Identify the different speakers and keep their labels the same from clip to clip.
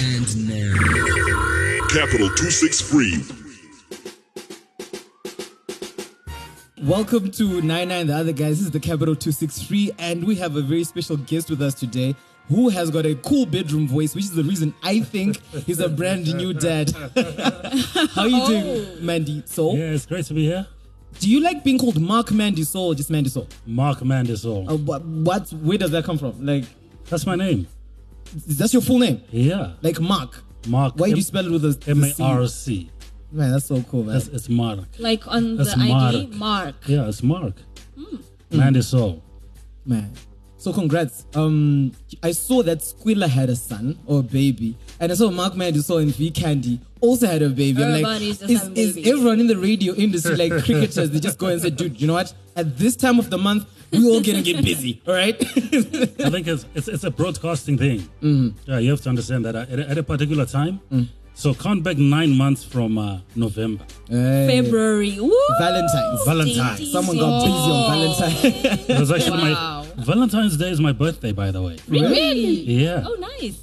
Speaker 1: And now.
Speaker 2: Capital 263.
Speaker 3: Welcome to 99 The Other Guys. This is the Capital 263, and we have a very special guest with us today who has got a cool bedroom voice, which is the reason I think he's a brand new dad. How you
Speaker 4: Oh.
Speaker 3: doing, Mandy Soul?
Speaker 4: Yeah, it's great to be here.
Speaker 3: Do you like being called Mark Mandy Soul or just Mandy Soul?
Speaker 4: Mark Mandisol.
Speaker 3: Uh, what, what, where does that come from? Like,
Speaker 4: That's my name.
Speaker 3: that's your full name?
Speaker 4: Yeah.
Speaker 3: Like Mark?
Speaker 4: Mark.
Speaker 3: Why do you spell it with a
Speaker 4: M
Speaker 3: the
Speaker 4: A
Speaker 3: C?
Speaker 4: R C.
Speaker 3: Man, that's so cool, man.
Speaker 4: That's it's Mark.
Speaker 5: Like on
Speaker 4: That's
Speaker 5: the ID,
Speaker 4: Mark.
Speaker 5: Mark.
Speaker 4: Yeah, it's Mark.
Speaker 3: Hmm.
Speaker 4: Mandisol.
Speaker 3: Man. So congrats. Um, I saw that Squilla had a son or a baby, and I saw Mark Mandisol and V Candy also had a baby. I'm like,
Speaker 5: Everybody's just
Speaker 3: is,
Speaker 5: having
Speaker 3: is
Speaker 5: babies.
Speaker 3: everyone in the radio industry like cricketers? They just go and say, dude, you know what? At this time of the month, we all gonna get busy. All right.
Speaker 4: I think it's, it's it's a broadcasting thing.
Speaker 3: Hmm.
Speaker 4: Yeah, you have to understand that uh, at, a- at a particular time. So count back nine months from uh, November.
Speaker 5: February. Woo!
Speaker 3: Valentine's.
Speaker 4: Valentine's.
Speaker 5: Dainty
Speaker 3: Someone got busy on Valentine's.
Speaker 4: It was actually
Speaker 5: Wow.
Speaker 4: my Valentine's Day is my birthday, by the way.
Speaker 5: Really?
Speaker 4: Yeah.
Speaker 5: Oh, nice.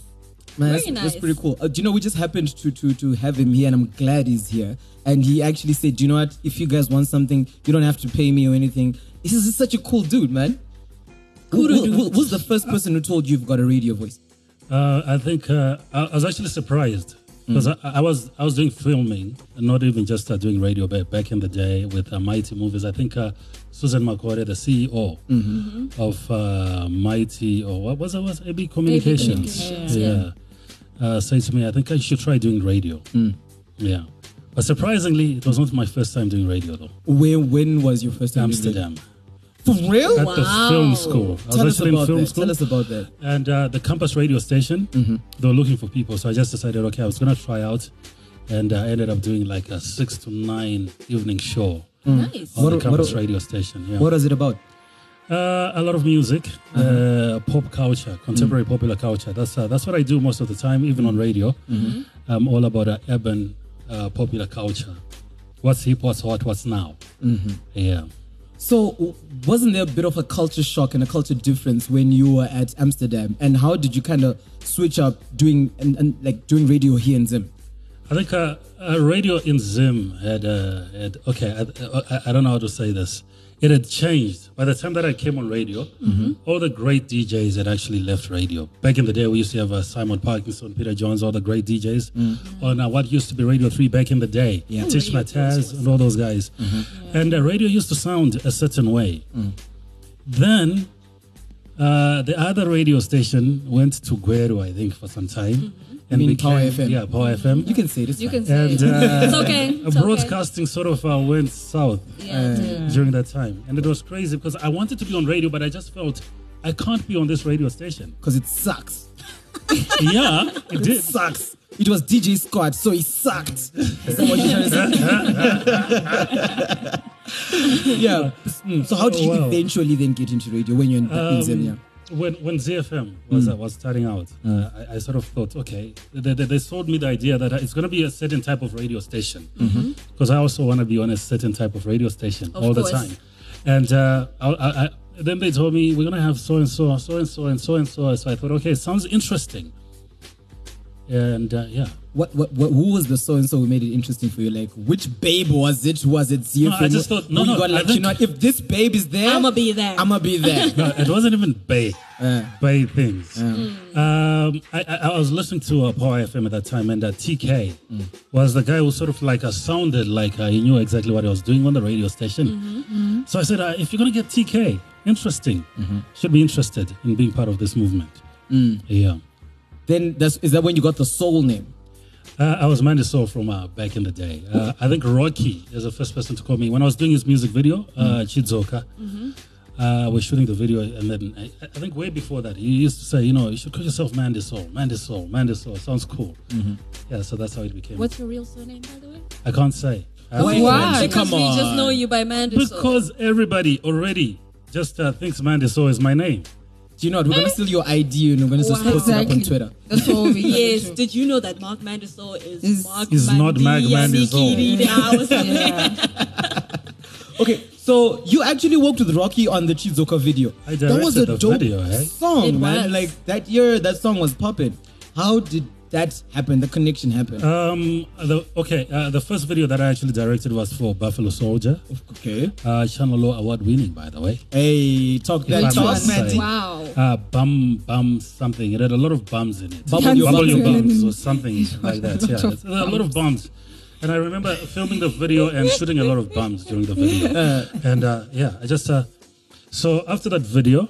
Speaker 3: Man,
Speaker 5: Very
Speaker 3: that's, that's
Speaker 5: nice.
Speaker 3: pretty cool. Uh, do you know we just happened to to to have him here, and I'm glad he's here. And he actually said, "Do you know what? If you guys want something, you don't have to pay me or anything." This is such a cool dude, man. Who, who- who- who's the first person who told you you've got a radio voice?
Speaker 4: Uh, I think uh, I, I was actually surprised
Speaker 3: Hmm.
Speaker 4: because I, I was I was doing filming, not even just uh, doing radio back, back in the day with uh, Mighty Movies. I think uh, Susan Makore, the CEO
Speaker 3: Mm-hmm.
Speaker 4: of uh, Mighty, or what was it? Was it AB Communications?
Speaker 5: Communications,
Speaker 4: Yeah. Uh, said to me, I think I should try doing radio.
Speaker 3: Hmm.
Speaker 4: Yeah. But surprisingly, it was not my first time doing radio though.
Speaker 3: Where when was your first time? doing radio?
Speaker 4: Amsterdam
Speaker 3: For real?
Speaker 4: at the
Speaker 5: Wow.
Speaker 4: film school. I was
Speaker 3: Tell us
Speaker 4: actually in
Speaker 3: about
Speaker 4: film
Speaker 3: that.
Speaker 4: school
Speaker 3: Tell us about that.
Speaker 4: and uh, the campus radio station
Speaker 3: Mm-hmm.
Speaker 4: they were looking for people so i just decided okay i was gonna try out and i ended up doing like a six to nine evening show
Speaker 5: Nice.
Speaker 4: on
Speaker 3: What
Speaker 4: the
Speaker 3: a-
Speaker 4: campus
Speaker 3: what a-
Speaker 4: radio station yeah
Speaker 3: What Uh-huh. was it about?
Speaker 4: uh, a lot of music uh, pop culture contemporary
Speaker 3: Mm.
Speaker 4: popular culture that's uh, that's what i do most of the time even on radio
Speaker 3: Mm-hmm.
Speaker 4: i'm all about uh, urban uh, popular culture what's hip what's hot what's now
Speaker 3: Mm-hmm.
Speaker 4: yeah
Speaker 3: So, w- wasn't there a bit of a culture shock and a culture difference when you were at Amsterdam? And how did you kind of switch up doing and, and like doing radio here in Zim?
Speaker 4: I think uh, uh, radio in Zim had, uh, had okay, I, I, I don't know how to say this. It had changed. By the time that I came on radio,
Speaker 3: Mm-hmm.
Speaker 4: all the great DJs had actually left radio. Back in the day, we used to have uh, Simon Parkinson, Peter Jones, all the great DJs
Speaker 3: Mm.
Speaker 4: on uh, what used to be Radio 3 back in the day. Yeah. Tish Mataz and all those guys.
Speaker 3: Mm-hmm.
Speaker 4: And uh, radio used to sound a certain way.
Speaker 3: Mm.
Speaker 4: Then uh, the other radio station went to Guero, I think, for some time. And
Speaker 3: Mm-hmm. mean Power FM?
Speaker 4: Yeah, Power FM
Speaker 3: You can say this.
Speaker 5: You
Speaker 3: fine.
Speaker 5: can say
Speaker 4: and
Speaker 5: it.
Speaker 4: uh,
Speaker 5: It's okay. It's
Speaker 4: broadcasting sort of uh, went south
Speaker 5: Okay. Yeah.
Speaker 4: during that time, and it was crazy because I wanted to be on radio, but I just felt I can't be on this radio station.
Speaker 3: because it sucks.
Speaker 4: yeah, it
Speaker 3: It
Speaker 4: did.
Speaker 3: sucks. It was DJ Squad, so it sucked. Is that what you're trying to say? yeah. Mm. So how did you
Speaker 4: Oh, Wow. Um,
Speaker 3: eventually then get into radio when you're in, in Zambia?
Speaker 4: When when ZFM was uh, was starting out, uh, I, I sort of thought, okay, they, they, they sold me the idea that it's going to be a certain type of radio station because I also want to be on a certain type of radio station all
Speaker 5: course.
Speaker 4: the time. And uh, I, I, I, then they told me we're going to have so and so, so and so, and so and so. So I thought, okay, sounds interesting. And uh, yeah,
Speaker 3: What, what, what, who was the so and so who made it interesting for you? Like, which babe was it? Was it ZFM?
Speaker 4: I just thought- no,
Speaker 3: Who you
Speaker 4: no,
Speaker 3: got
Speaker 4: I
Speaker 3: like, you
Speaker 4: think-
Speaker 3: know, if this babe is there,
Speaker 5: I'ma be there.
Speaker 3: I'ma be there.
Speaker 4: no, it wasn't even bay bay things. Um, I, I, I was listening to uh, Power FM at that time, and uh, TK was the guy who sort of like uh, sounded like uh, he knew exactly what he was doing on the radio station. So I said, uh, if you're gonna get TK, interesting, should be interested in being part of this movement. Yeah,
Speaker 3: then that's, is that when you got the soul name?
Speaker 4: uh, I was Mandy Soul from uh, back in the day. Uh, I think Rocky is the first person to call me when I was doing his music video, uh, Chizoka. uh, we're shooting the video, and then I, I think way before that, he used to say, you know, you should call yourself Mandy Soul, Mandy Soul, Mandy Soul. Sounds cool. Yeah, so that's how it became.
Speaker 5: What's your real surname, by the way?
Speaker 4: I can't say. I have
Speaker 3: Why?
Speaker 4: to-
Speaker 3: Why?
Speaker 5: Ah, Because
Speaker 3: Come
Speaker 5: we just
Speaker 3: on.
Speaker 5: know you by Mandisol.
Speaker 4: Because everybody already just uh, thinks Mandy Soul is my name.
Speaker 3: Do you know what? We're gonna steal your ID and we're gonna just
Speaker 5: Wow.
Speaker 3: post it up on Twitter.
Speaker 6: That's all we
Speaker 5: yes.
Speaker 6: do.
Speaker 5: Did you know that Mark Mandisol is,
Speaker 6: Is-
Speaker 5: Mark
Speaker 4: is not Mark Mandisol.
Speaker 5: Mandisol?
Speaker 3: Okay, so you actually worked with Rocky on the Chizuka video.
Speaker 4: I
Speaker 3: that was
Speaker 4: directed
Speaker 3: a
Speaker 4: the
Speaker 3: dope
Speaker 4: video, eh?
Speaker 3: song,
Speaker 5: It
Speaker 3: man.
Speaker 5: was.
Speaker 3: Like that year, that song was popping. How did that happened? The connection happened.
Speaker 4: Um, the, okay, uh, the first video that I actually directed was for Buffalo Soldier,
Speaker 3: okay.
Speaker 4: uh, Channel Law Award winning, by the way.
Speaker 3: Hey, talk that
Speaker 4: If I
Speaker 3: talk,
Speaker 4: must
Speaker 3: man.
Speaker 4: say.
Speaker 5: Wow.
Speaker 4: Uh, bum, bum, something. It had a lot of bums in it.
Speaker 3: Bubble your
Speaker 4: Bubble
Speaker 3: bums.
Speaker 4: your bums or something like that.
Speaker 6: Lot
Speaker 4: Yeah,
Speaker 6: of
Speaker 4: It's a lot of bums. And I remember filming the video and shooting a lot of bums during the video. And uh, yeah, I just. Uh, so after that video,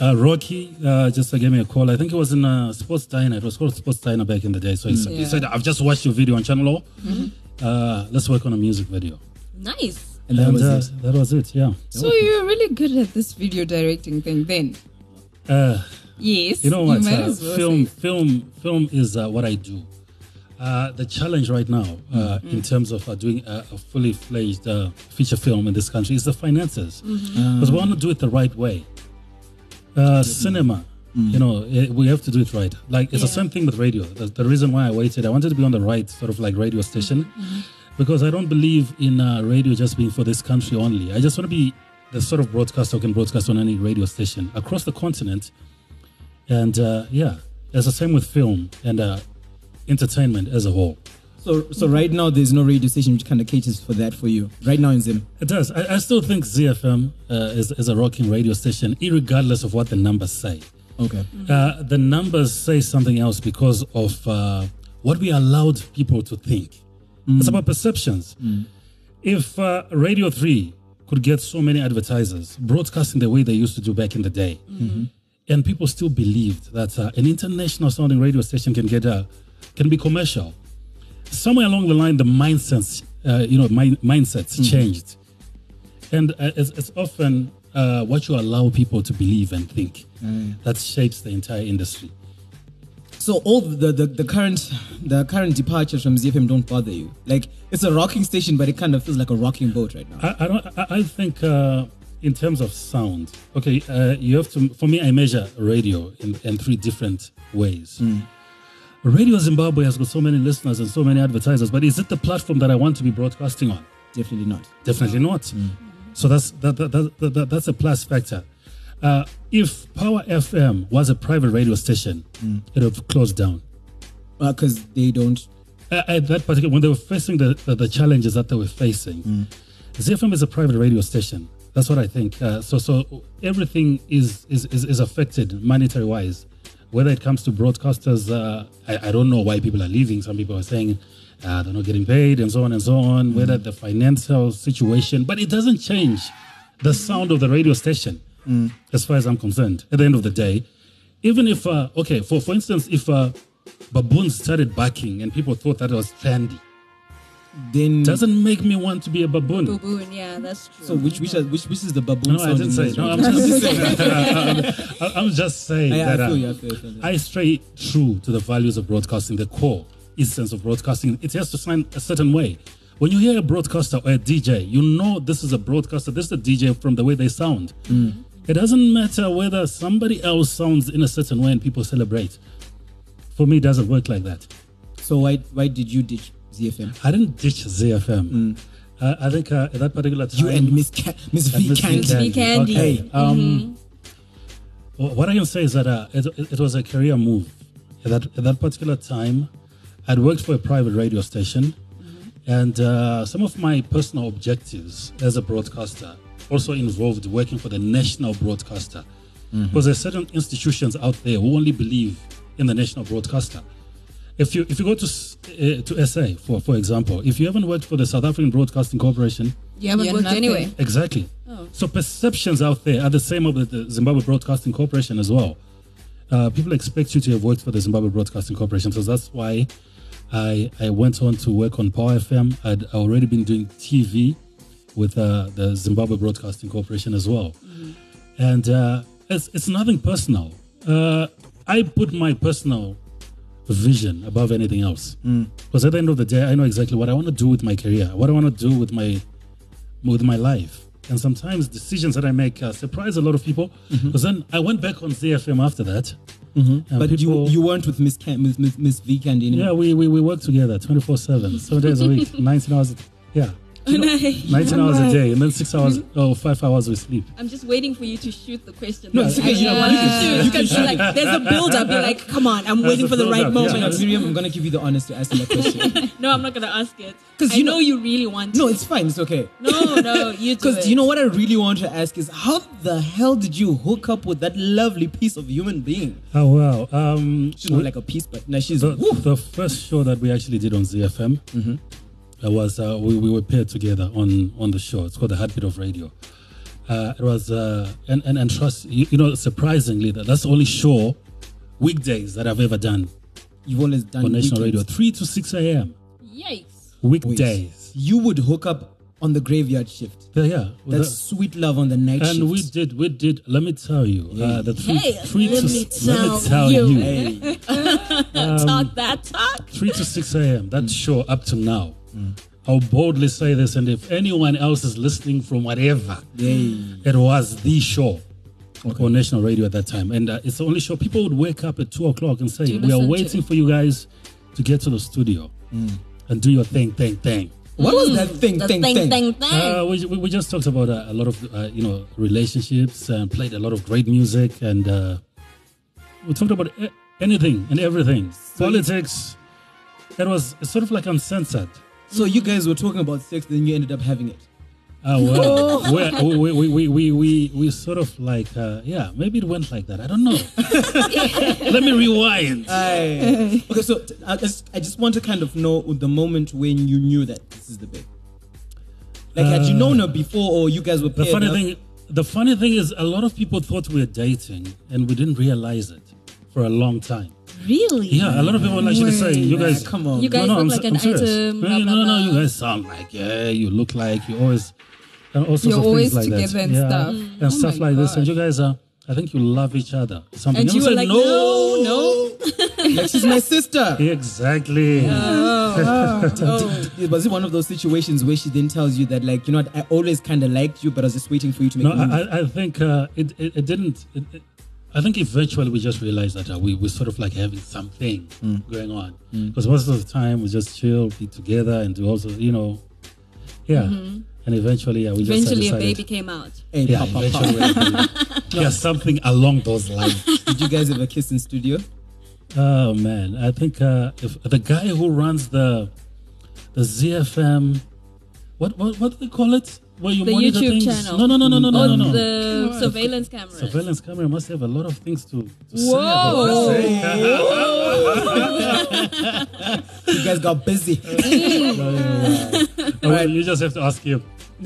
Speaker 4: uh, Rocky uh, just uh, gave me a call. I think it was in uh, Sports Diner. It was called Sports Diner back in the day. So he, said, he
Speaker 6: Yeah.
Speaker 4: said, I've just watched your video on Channel O.
Speaker 3: Mm-hmm.
Speaker 4: Uh, let's work on a music video.
Speaker 5: Nice.
Speaker 3: And that was
Speaker 4: uh,
Speaker 3: it.
Speaker 4: That was it, yeah.
Speaker 6: So you're really good at this video directing thing then.
Speaker 4: Uh,
Speaker 6: Yes.
Speaker 4: You know what?
Speaker 6: might
Speaker 4: uh,
Speaker 6: as well
Speaker 4: film,
Speaker 6: say.
Speaker 4: film, film is uh, what I do. Uh, the challenge right now, uh,
Speaker 6: Mm-hmm.
Speaker 4: in terms of uh, doing a, a fully fledged uh, feature film in this country, is the finances. Because
Speaker 6: Mm-hmm.
Speaker 4: we want to do it the right way. Uh, cinema, you know, eh, we have to do it right. Like it's the
Speaker 5: Yeah.
Speaker 4: same thing with radio. The, the reason why I waited, I wanted to be on the right sort of like radio station, because I don't believe in uh, radio just being for this country only. I just want to be the sort of broadcaster who can broadcast on any radio station across the continent. And uh, yeah, it's the same with film and uh, entertainment as a whole.
Speaker 3: So, so right now there's no radio station which kind of caters for that for you. Right now in Zim.
Speaker 4: It does. I, I still think ZFM uh, is, is a rocking radio station, irregardless of what the numbers say.
Speaker 3: Okay.
Speaker 4: Uh, the numbers say something else because of uh, what we allowed people to think. It's about perceptions. If uh, Radio 3 could get so many advertisers broadcasting the way they used to do back in the day, and people still believed that uh, an international sounding radio station can get uh, can be commercial. Somewhere along the line, the mindsets, uh, you know, mind, mindsets changed, and uh, it's, it's often uh, what you allow people to believe and think that shapes the entire industry.
Speaker 3: So all the, the, the current the current departures from ZFM don't bother you. Like it's a rocking station, but it kind of feels like a rocking boat right now.
Speaker 4: I, I don't. I, I think uh, in terms of sound. Okay, uh, you have to. For me, I measure radio in, in three different ways. Radio Zimbabwe has got so many listeners and so many advertisers, but is it the platform that I want to be broadcasting on?
Speaker 3: Definitely not.
Speaker 4: Definitely not. So that's that, that, that, that, that- that's a plus factor. Uh, if Power FM was a private radio station, it would have closed down.
Speaker 3: Because Uh, they don't.
Speaker 4: at, at that particular when they were facing the, the, the challenges that they were facing zfm is a private radio station that's what i think uh, so so everything is is, is, is affected monetary wise whether it comes to broadcasters uh, I, I don't know why people are leaving some people are saying uh, they're not getting paid and so on and so on whether the financial situation but it doesn't change the sound of the radio station as far as i'm concerned at the end of the day even if uh, okay for for instance if uh, baboons started barking and people thought that was trendy.
Speaker 3: Then
Speaker 4: Doesn't make me want to be a baboon.
Speaker 5: Baboon. Yeah, that's true.
Speaker 3: so which which are- which which is the baboon?
Speaker 4: No, I
Speaker 3: sound in
Speaker 4: didn't say.
Speaker 3: this
Speaker 4: No,
Speaker 3: right
Speaker 4: I'm
Speaker 3: now?
Speaker 4: just saying. I- I'm just saying
Speaker 3: Yeah, I
Speaker 4: that uh,
Speaker 3: feel you, I feel you, I feel you.
Speaker 4: I stray true to the values of broadcasting, the core essence of broadcasting. It has to sound a certain way. When you hear a broadcaster or a DJ, you know this is a broadcaster, this is a DJ from the way they sound.
Speaker 3: Mm.
Speaker 4: It doesn't matter whether somebody else sounds in a certain way and people celebrate. For me, it doesn't work like that.
Speaker 3: So why why did you ditch ZFM?
Speaker 4: I didn't ditch ZFM. Uh, I think uh, at that particular time,
Speaker 3: Mm. You and Miss Ca- Miss
Speaker 4: and
Speaker 3: V
Speaker 4: Miss
Speaker 3: Candy.
Speaker 5: Candy. Candy.
Speaker 4: Okay. Um, wh- What I can say is that uh, it, it was a career move. At that at that particular time, I'd worked for a private radio station, and uh, some of my personal objectives as a broadcaster also involved working for the national broadcaster, because there's certain institutions out there who only believe in the national broadcaster if you if you go to s- uh, to SA for for example, if you haven't worked for the South African Broadcasting Corporation,
Speaker 6: You haven't
Speaker 5: Yeah,
Speaker 6: worked
Speaker 5: nothing.
Speaker 6: anyway.
Speaker 4: exactly. So perceptions out there are the same of the, the Zimbabwe Broadcasting Corporation as well. Uh, people expect you to have worked for the Zimbabwe Broadcasting Corporation, so that's why I I went on to work on Power FM. I'd already been doing TV with uh, the Zimbabwe Broadcasting Corporation as well, and uh, it's it's nothing personal. Uh, I put my personal vision above anything else.
Speaker 3: Mm.
Speaker 4: Because at the end of the day, I know exactly what I want to do with my career, what I want to do with my with my life. And sometimes decisions that I make uh, surprise a lot of people.
Speaker 3: Mm-hmm.
Speaker 4: Because then I went back on ZFM after that. Mm-hmm.
Speaker 3: But you you weren't with Miss Can- Miss, Miss Miss V Candy anymore.
Speaker 4: yeah, we, we, we work together 24 7, seven days a week, 19 hours. Yeah.
Speaker 5: And I,
Speaker 4: 19 hours a day and then six hours or five hours we sleep.
Speaker 5: I'm just waiting for you to shoot the question.
Speaker 3: No,
Speaker 5: though.
Speaker 3: it's
Speaker 5: I-
Speaker 3: okay, you know what? You can
Speaker 5: Yeah.
Speaker 3: shoot it.
Speaker 7: You can be like, there's a build up. You're like, come on, I'm waiting for the
Speaker 4: a
Speaker 7: right
Speaker 4: build-up, yeah.
Speaker 3: Actually, no,
Speaker 7: moment.
Speaker 3: Miriam, I'm gonna give you the honest to answer that question.
Speaker 5: No, I'm not gonna ask it.
Speaker 3: 'Cause
Speaker 5: Because
Speaker 3: you
Speaker 5: you know,
Speaker 3: know-
Speaker 5: you really want.
Speaker 3: no,
Speaker 5: to.
Speaker 3: it's fine. It's okay.
Speaker 5: no, no, you. do
Speaker 3: Because
Speaker 5: it.
Speaker 3: you know what I really want to ask is how the hell did you hook up with that lovely piece of human being?
Speaker 4: Oh wow. Um
Speaker 3: She's not like a piece, but now she's
Speaker 4: the,
Speaker 3: woo.
Speaker 4: the first show that we actually did on ZFM
Speaker 3: Mm-hmm.
Speaker 4: uh, was uh, we, we were paired together on on the show. It's called the Heartbeat of Radio. Uh, it was uh, and, and and trust you, you know surprisingly that that's the only show weekdays that I've ever done
Speaker 3: You've always done
Speaker 4: on national
Speaker 3: weekends.
Speaker 4: radio, three to six a.m.
Speaker 5: Yikes!
Speaker 3: Wait,
Speaker 4: weekdays.
Speaker 3: You would hook up on the graveyard shift.
Speaker 4: Yeah, yeah.
Speaker 3: That's
Speaker 4: That-
Speaker 3: sweet love on the night shift.
Speaker 4: and we did, we did. Let me tell you, uh, the three,
Speaker 5: Hey,
Speaker 4: three
Speaker 5: let
Speaker 4: to
Speaker 5: me
Speaker 4: s- let me
Speaker 5: tell
Speaker 4: tell
Speaker 5: you.
Speaker 4: you,
Speaker 3: Hey, Um,
Speaker 5: talk that talk.
Speaker 4: 3 to 6 a.m. That show up to now. I'll boldly say this, and if anyone else is listening from whatever,
Speaker 3: hey.
Speaker 4: it was the show on national radio at that time. And uh, it's the only show people would wake up at 2 o'clock and say,
Speaker 6: Do you
Speaker 4: We are
Speaker 6: listen to
Speaker 4: waiting for you guys to get to the studio and do your thing, thing, thing.
Speaker 3: What was that thing,
Speaker 5: Mm. The
Speaker 3: thing, thing?
Speaker 5: thing, thing.
Speaker 4: Uh, we, we we just talked about uh, a lot of uh, you know relationships and played a lot of great music and uh, we talked about e- anything and everything politics. It was sort of like uncensored.
Speaker 3: So you guys were talking about sex, then you ended up having it.
Speaker 4: Uh, well, we, we, we, we, we, we, we sort of like uh, yeah maybe it went like that. I don't know. Let me rewind.
Speaker 3: Uh, Aye. okay, so t- I just I just want to kind of know the moment when you knew that this is the babe. Like had you known her before, or you guys were
Speaker 4: Uh. the
Speaker 3: paired
Speaker 4: funny
Speaker 3: up?
Speaker 4: thing the funny thing is a lot of people thought we were dating and we didn't realize it for a long time.
Speaker 5: Really?
Speaker 4: Yeah, a lot of people will actually say you
Speaker 3: Nah,
Speaker 4: guys
Speaker 3: come on.
Speaker 5: You guys
Speaker 4: no, no,
Speaker 5: look
Speaker 4: I'm,
Speaker 5: like
Speaker 4: se-
Speaker 5: an
Speaker 4: I'm serious.
Speaker 5: item.
Speaker 4: No,
Speaker 5: blah,
Speaker 4: you-
Speaker 5: blah,
Speaker 4: no, no,
Speaker 5: blah.
Speaker 4: you guys sound like yeah, you look like you always and all sorts
Speaker 6: You're
Speaker 4: of
Speaker 6: always
Speaker 4: things like
Speaker 6: together
Speaker 4: that.
Speaker 6: and
Speaker 4: yeah,
Speaker 6: stuff.
Speaker 4: and
Speaker 6: Oh
Speaker 4: stuff
Speaker 6: my
Speaker 4: like this. And
Speaker 6: gosh.
Speaker 4: you guys are, I think you love each other. Something
Speaker 5: And
Speaker 4: I'm
Speaker 5: you were like,
Speaker 4: saying, no,
Speaker 5: no, no.
Speaker 3: like Oh, she's my sister. Oh.
Speaker 4: exactly.
Speaker 3: It Was it one of those situations where she then tells you that like you know what, I always kind of liked you, but I was just waiting for you to make
Speaker 4: No,
Speaker 3: a move?
Speaker 4: I, I- I think uh, it, it it didn't. It, it, I think eventually we just realized that uh, we were sort of like having something going on because most of the time we just chill, be together, and do also you know, yeah. And eventually, yeah, we just
Speaker 5: Mm-hmm. Eventually, a
Speaker 4: decided,
Speaker 5: baby came out.
Speaker 3: hey,
Speaker 4: Yeah,
Speaker 3: pop, pop, pop.
Speaker 4: eventually we're- yeah, something along those lines.
Speaker 3: Did you guys ever kiss in studio?
Speaker 4: Oh man, I think uh, if the guy who runs the the ZFM, what what, what do they call it? Where you
Speaker 5: The
Speaker 4: monitor
Speaker 5: YouTube
Speaker 4: things?
Speaker 5: channel. Oh,
Speaker 4: No, no, no, no, no, no, no, no.
Speaker 5: The surveillance camera.
Speaker 4: surveillance camera must have a lot of things to, to say about this.
Speaker 5: Whoa!
Speaker 3: You guys got busy.
Speaker 4: Oh, well, you just have to ask him.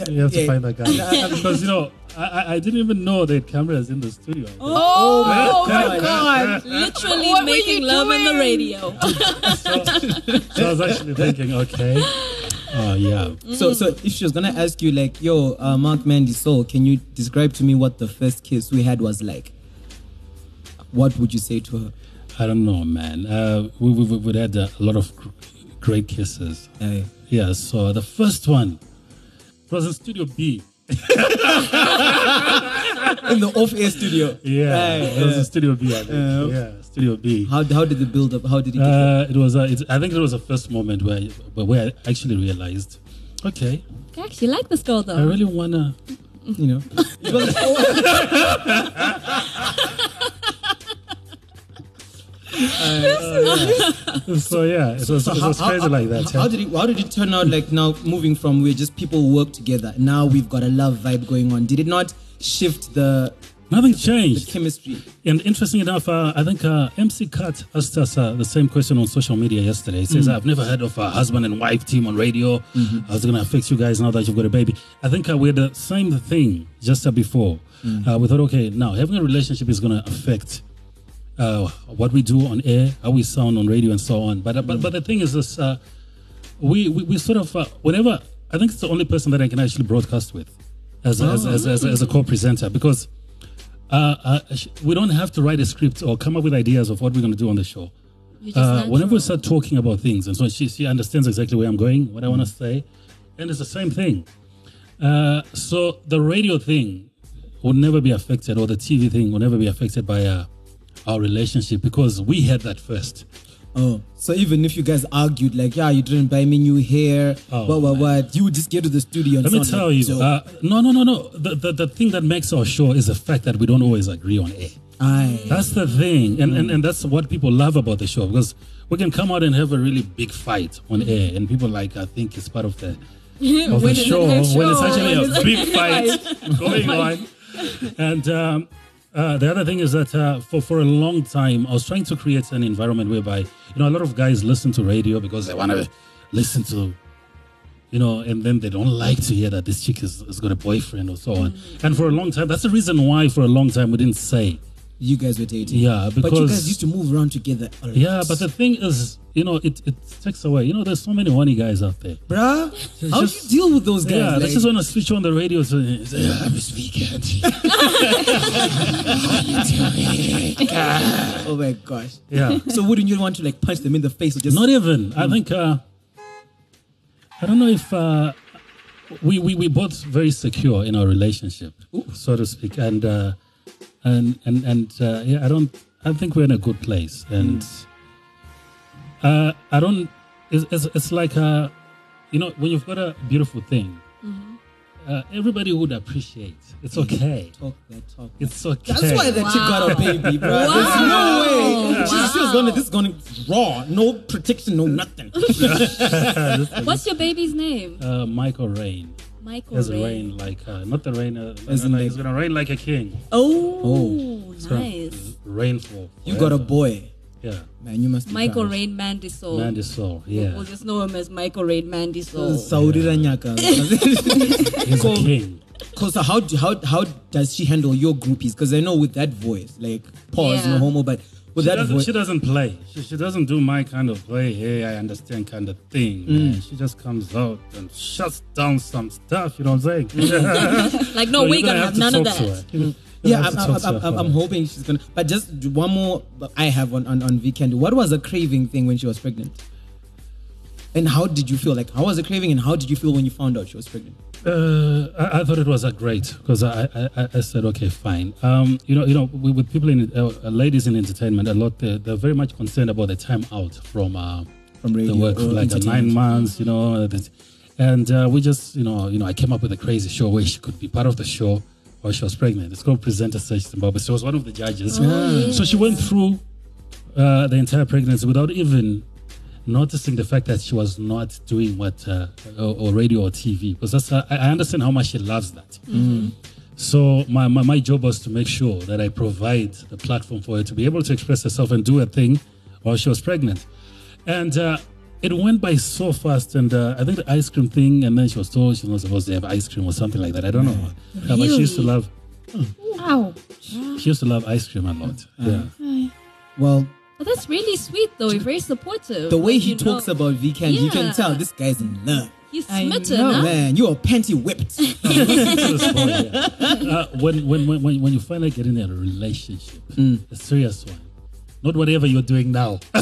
Speaker 4: You have to
Speaker 3: yeah.
Speaker 4: find that guy because you know I, I- I didn't even know they had cameras in the studio.
Speaker 3: Oh my god!
Speaker 5: Literally
Speaker 6: What were you
Speaker 5: making love on the
Speaker 6: doing?
Speaker 5: radio.
Speaker 4: So I was actually thinking, okay, oh yeah,
Speaker 3: So, so if she was gonna ask you like, "Yo, uh, Mark Mandy Soul, can you describe to me what the first kiss we had was like?" What would you say to her?
Speaker 4: I don't know, man. Uh, we we we we'd had uh, a lot of gr- great kisses.
Speaker 3: Aye.
Speaker 4: Yeah, so the first one was in Studio B.
Speaker 3: in the off-air studio.
Speaker 4: Yeah,
Speaker 3: Aye,
Speaker 4: it was
Speaker 3: yeah.
Speaker 4: in Studio B. I think.
Speaker 3: Yeah.
Speaker 4: yeah, Studio B.
Speaker 3: How how did the build up? How did it? get
Speaker 4: Uh, it was. Uh, it's I think it was the first moment where where- where I actually realized, okay,
Speaker 5: Gosh, you like this girl
Speaker 4: I
Speaker 5: though.
Speaker 4: Oh, really wanna.
Speaker 3: you know, It was-
Speaker 4: So yeah, it was, it
Speaker 3: how-
Speaker 4: was
Speaker 3: how-
Speaker 4: crazy like that.
Speaker 3: How,
Speaker 4: yeah.
Speaker 3: did it? How did it turn out? Like now, moving from we're just people work together. Now we've got a love vibe going on. Did it not shift the
Speaker 4: Nothing
Speaker 3: the
Speaker 4: changed.
Speaker 3: chemistry?
Speaker 4: And interesting enough, uh, I think uh, MC Cut asked us uh, the same question on social media yesterday. He says, I've never heard of a husband and wife team on radio. I was going to fix you guys now that you've got a baby. I think uh, we had the same thing just uh, before. Uh, we thought, okay, now having a relationship is going to affect uh, what we do on air, how we sound on radio, and so on. But, uh, but, but the thing is, this, uh, we, we, we sort of, uh, whenever, I think it's the only person that I can actually broadcast with as, as, as, as, as a co presenter because uh, uh, sh- we don't have to write a script or come up with ideas of what we're going to do on the show.
Speaker 5: You just
Speaker 4: Uh, whenever we
Speaker 5: natural.
Speaker 4: start talking about things, and so she, she understands exactly where I'm going, what I want to
Speaker 5: Mm.
Speaker 4: say, and it's the same thing. Uh, so the radio thing would never be affected, or the TV thing would never be affected by uh, our relationship because we had that first.
Speaker 3: Oh, so even if you guys argued, like, yeah, you didn't buy me new hair,
Speaker 4: Oh,
Speaker 3: what, what, what, you would just get to the studio and
Speaker 4: Let me
Speaker 3: sound
Speaker 4: tell
Speaker 3: like
Speaker 4: you,
Speaker 3: dope.
Speaker 4: uh, no, no, no, no. The, the, the thing that makes our show is the fact that we don't always agree on air.
Speaker 3: Aye.
Speaker 4: That's the thing. And, and, and that's what people love about the show because we can come out and have a really big fight on air. And people, like, I think it's part of the, of the
Speaker 5: When it's
Speaker 4: show
Speaker 5: a
Speaker 4: Oh, when it's
Speaker 5: show,
Speaker 4: actually
Speaker 5: when
Speaker 4: a
Speaker 5: it's-
Speaker 4: big fight going on. And um, uh, the other thing is that uh, for, for a long time, I was trying to create an environment whereby, you know, a lot of guys listen to radio because they want to listen to you know, and then they don't like to hear that this chick is, has got a boyfriend or so on. And for a long time, that's the reason why for a long time we didn't say.
Speaker 3: You guys were dating.
Speaker 4: Yeah,
Speaker 3: But you
Speaker 4: because-
Speaker 3: guys used to move around together a lot.
Speaker 4: Yeah, but the thing is, you know, it, it takes away. You know, there's so many horny guys out there.
Speaker 3: Bruh, how do you deal with those guys?
Speaker 4: Yeah, they
Speaker 3: Like,
Speaker 4: just want to switch on the radio. So, say, yeah, I'm this weekend.
Speaker 3: oh my gosh.
Speaker 4: yeah.
Speaker 3: So wouldn't you want to like punch them in the face or just
Speaker 4: Not even. I think, uh, I don't know if uh, we, we, we both very secure in our relationship, so to speak. And, uh, and, and, and uh, yeah, I don't, I think we're in a good place. And uh, I don't, it's, it's, it's like, uh, you know, when you've got a beautiful thing, uh, everybody would appreciate. It's okay.
Speaker 3: talk that talk?
Speaker 4: It's okay.
Speaker 3: That's why that chick got a baby, bro. There's no way. She's just gonna this is gonna raw. No protection, no nothing.
Speaker 5: What's your baby's name?
Speaker 4: uh, Michael Rain.
Speaker 5: Michael
Speaker 4: As
Speaker 5: Ray.
Speaker 4: rain, like uh, not the rain. Uh,
Speaker 3: As in
Speaker 4: like,
Speaker 3: like-
Speaker 4: it's gonna rain like a king.
Speaker 5: Oh,
Speaker 4: gonna-
Speaker 5: nice.
Speaker 4: Rainfall.
Speaker 3: you got a boy.
Speaker 4: Yeah.
Speaker 3: Man, you must be
Speaker 5: Michael
Speaker 3: proud.
Speaker 5: Rain Mandy Soul.
Speaker 4: Land is soul. Yeah.
Speaker 7: We'll just know him as Michael Raid Mandy Soul.
Speaker 3: Saudi Ranyaka.
Speaker 4: He's a king.
Speaker 3: Cause how do- how how does she handle your groupies? Because I know with that voice, like pause,
Speaker 5: Yeah.
Speaker 3: no homo, but with
Speaker 4: She
Speaker 3: that
Speaker 4: doesn't,
Speaker 3: voice,
Speaker 4: she doesn't play. She, she doesn't do my kind of play. Hey, I understand kind of thing.
Speaker 3: Mm.
Speaker 4: man. She just comes out and shuts down some stuff. You know what I'm saying?
Speaker 7: Like, no,
Speaker 4: So
Speaker 7: we're
Speaker 4: you're
Speaker 7: gonna
Speaker 4: gonna
Speaker 7: have none of
Speaker 4: to talk to
Speaker 7: that.
Speaker 4: her. You're gonna
Speaker 3: Mm. yeah,
Speaker 4: have
Speaker 3: I'm,
Speaker 4: to
Speaker 3: I'm,
Speaker 4: talk to
Speaker 3: I'm,
Speaker 4: her
Speaker 3: I'm,
Speaker 4: for
Speaker 3: I'm
Speaker 4: that.
Speaker 3: hoping she's gonna. But just one more I have on on on Vikendi. What was the craving thing when she was pregnant? And how did you feel? Like how was the craving, and how did you feel when you found out she was pregnant?
Speaker 4: Uh, I, I thought it was uh, great because I, I- I, I said okay fine um, you know you know with, with people in uh, uh, ladies in entertainment a lot they're, they're very much concerned about the time out from uh,
Speaker 3: From radio
Speaker 4: the work
Speaker 3: or
Speaker 4: like uh,
Speaker 3: entertainment.
Speaker 4: nine months you know that- and uh, we just you know you know I came up with a crazy show where she could be part of the show while she was pregnant it's called Presenter Search Zimbabwe she was one of the judges so she went through uh, the entire pregnancy without even noticing the fact that she was not doing what uh, or, or radio or TV because that's uh, I, I understand how much she loves that. So my, my my job was to make sure that I provide the platform for her to be able to express herself and do a thing while she was pregnant, and. Uh, it went by so fast, and uh, I think the ice cream thing, and then she was told she's not supposed to have ice cream or something like that. I don't know. Yeah, but she used to love,
Speaker 5: Wow.
Speaker 4: she used to love ice cream a lot. Yeah.
Speaker 3: Well,
Speaker 5: But that's really sweet, though. You're very supportive.
Speaker 3: the way
Speaker 5: Like,
Speaker 3: he
Speaker 5: you
Speaker 3: talks
Speaker 5: know,
Speaker 3: about Vikendi, you can
Speaker 5: Yeah.
Speaker 3: tell this guy's in love.
Speaker 5: He's
Speaker 7: I
Speaker 5: smitten,
Speaker 7: know,
Speaker 5: huh?
Speaker 3: Man, you are panty whipped.
Speaker 4: to this point, yeah. uh, when, when, when, when, when you finally get in a relationship, a serious one, not whatever you're doing now, I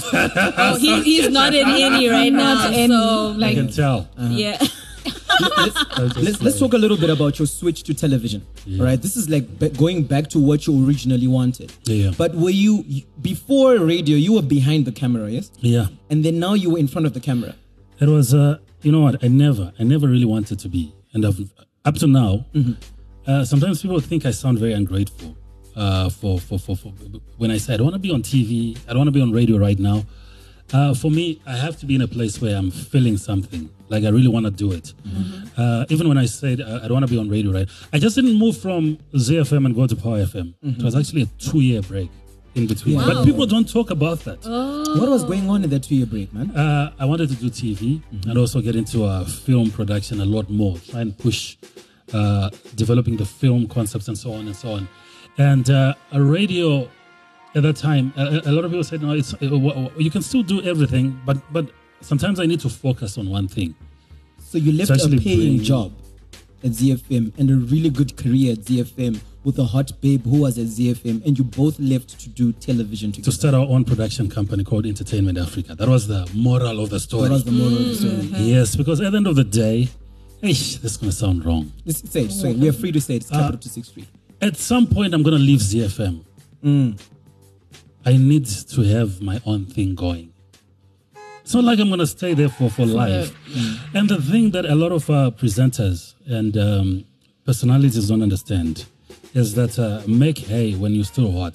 Speaker 7: Oh, he, he's not in any right now.
Speaker 6: Not any,
Speaker 7: So,
Speaker 6: like,
Speaker 4: can tell.
Speaker 5: Uh-huh.
Speaker 7: yeah.
Speaker 4: I was just
Speaker 3: let's, let's
Speaker 4: like,
Speaker 3: talk a little bit about your switch to television all right this is like ba- going back to what you originally wanted
Speaker 4: Yeah, yeah.
Speaker 3: but were you y- before radio you were behind the camera yes
Speaker 4: Yeah.
Speaker 3: and then now you were in front of the camera
Speaker 4: It was, uh, you know what? I never, I never really wanted to be, and I've, up to now, uh, sometimes people think I sound very ungrateful uh, for, for, for, for when I say I don't want to be on TV, I don't want to be on radio right now. Uh, for me, I have to be in a place where I'm feeling something, like I really want to do it. Uh, even when I said uh, I don't want to be on radio, right? I just didn't move from ZFM and go to Power FM. It was actually a two-year break in between, but people don't talk about that.
Speaker 3: what was going on in that two-year break man
Speaker 4: Uh, I wanted to do TV
Speaker 3: Mm-hmm.
Speaker 4: and also get into uh, film production a lot more, try and push uh, developing the film concepts and so on and so on. And uh, a radio at that time, a, a- a lot of people said, no, it's, uh, w- w- you can still do everything, but, but sometimes I need to focus on one thing.
Speaker 3: so you left a
Speaker 4: actually
Speaker 3: paying
Speaker 4: bring-
Speaker 3: job at zfm and a really good career at zfm with a hot babe who was at zfm and you both left to do television
Speaker 4: To
Speaker 3: together
Speaker 4: start our own production company called Entertainment Africa. That was the moral of the story.
Speaker 3: what was the moral
Speaker 5: Mm.
Speaker 3: of the story
Speaker 4: Yes, because at the end of the day, eish, this is going to sound wrong.
Speaker 3: Let's say it, sorry, we are free to say it. it's capital 263
Speaker 4: at some point I'm gonna leave Mm. ZFM. I need to have my own thing going. It's not like I'm going to stay there for, for life. And the thing that a lot of uh, presenters and um, personalities don't understand is that uh, make hay when you're still hot.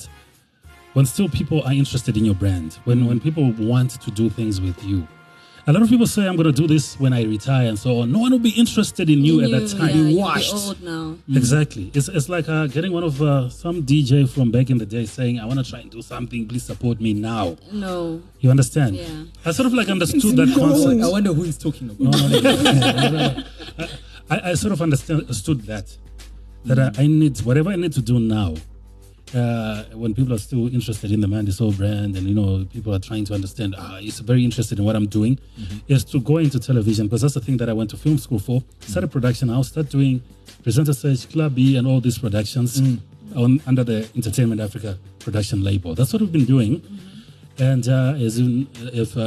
Speaker 4: When still people are interested in your brand, when, when people want to do things with you. A lot of people say, I'm going to do this when I retire and so on. No one will be interested in you at that time.
Speaker 7: Yeah, you're
Speaker 3: washed.
Speaker 7: old now.
Speaker 4: Exactly. It's, it's like uh, getting one of uh, some DJ from back in the day saying, I want to try and do something. Please support me now.
Speaker 7: No.
Speaker 4: You understand?
Speaker 7: Yeah.
Speaker 4: I sort of like understood that
Speaker 3: Like,
Speaker 4: concept.
Speaker 3: I wonder who he's talking about.
Speaker 4: I, I sort of understand- understood that. That I, I need, whatever I need to do now, uh, when people are still interested in the Mandy Soul brand and, you know, people are trying to understand, ah, he's very interested in what I'm doing, is to go into television because that's the thing that I went to film school for. Start a production house, start doing presenter search, Club B, and all these productions on, under the Entertainment Africa production label. That's what we've been doing. And uh, as in, if uh,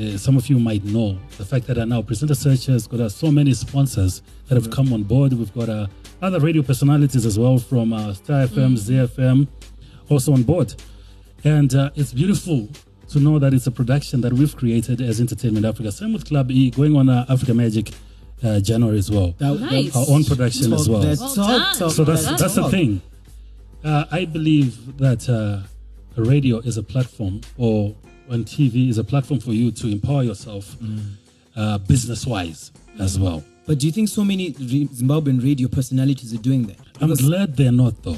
Speaker 4: uh, some of you might know, the fact that I now presenter search has got uh, so many sponsors that have come on board. We've got uh, other radio personalities as well from uh, Star
Speaker 3: Mm.
Speaker 4: FM, ZFM, also on board. And uh, it's beautiful to know that it's a production that we've created as Entertainment Africa. Same with Club E going on uh, Africa Magic uh, January as well.
Speaker 3: That- that-
Speaker 7: Nice.
Speaker 4: Our own production as well.
Speaker 3: That
Speaker 5: Well
Speaker 3: talk,
Speaker 5: done.
Speaker 3: talk,
Speaker 4: So that's
Speaker 3: that
Speaker 4: that's the
Speaker 3: talk.
Speaker 4: thing. Uh, I believe that uh, radio is a platform, or on TV is a platform for you to empower yourself, uh, business-wise as well.
Speaker 3: But do you think so many re- Zimbabwean radio personalities are doing that?
Speaker 4: I'm glad they're not though.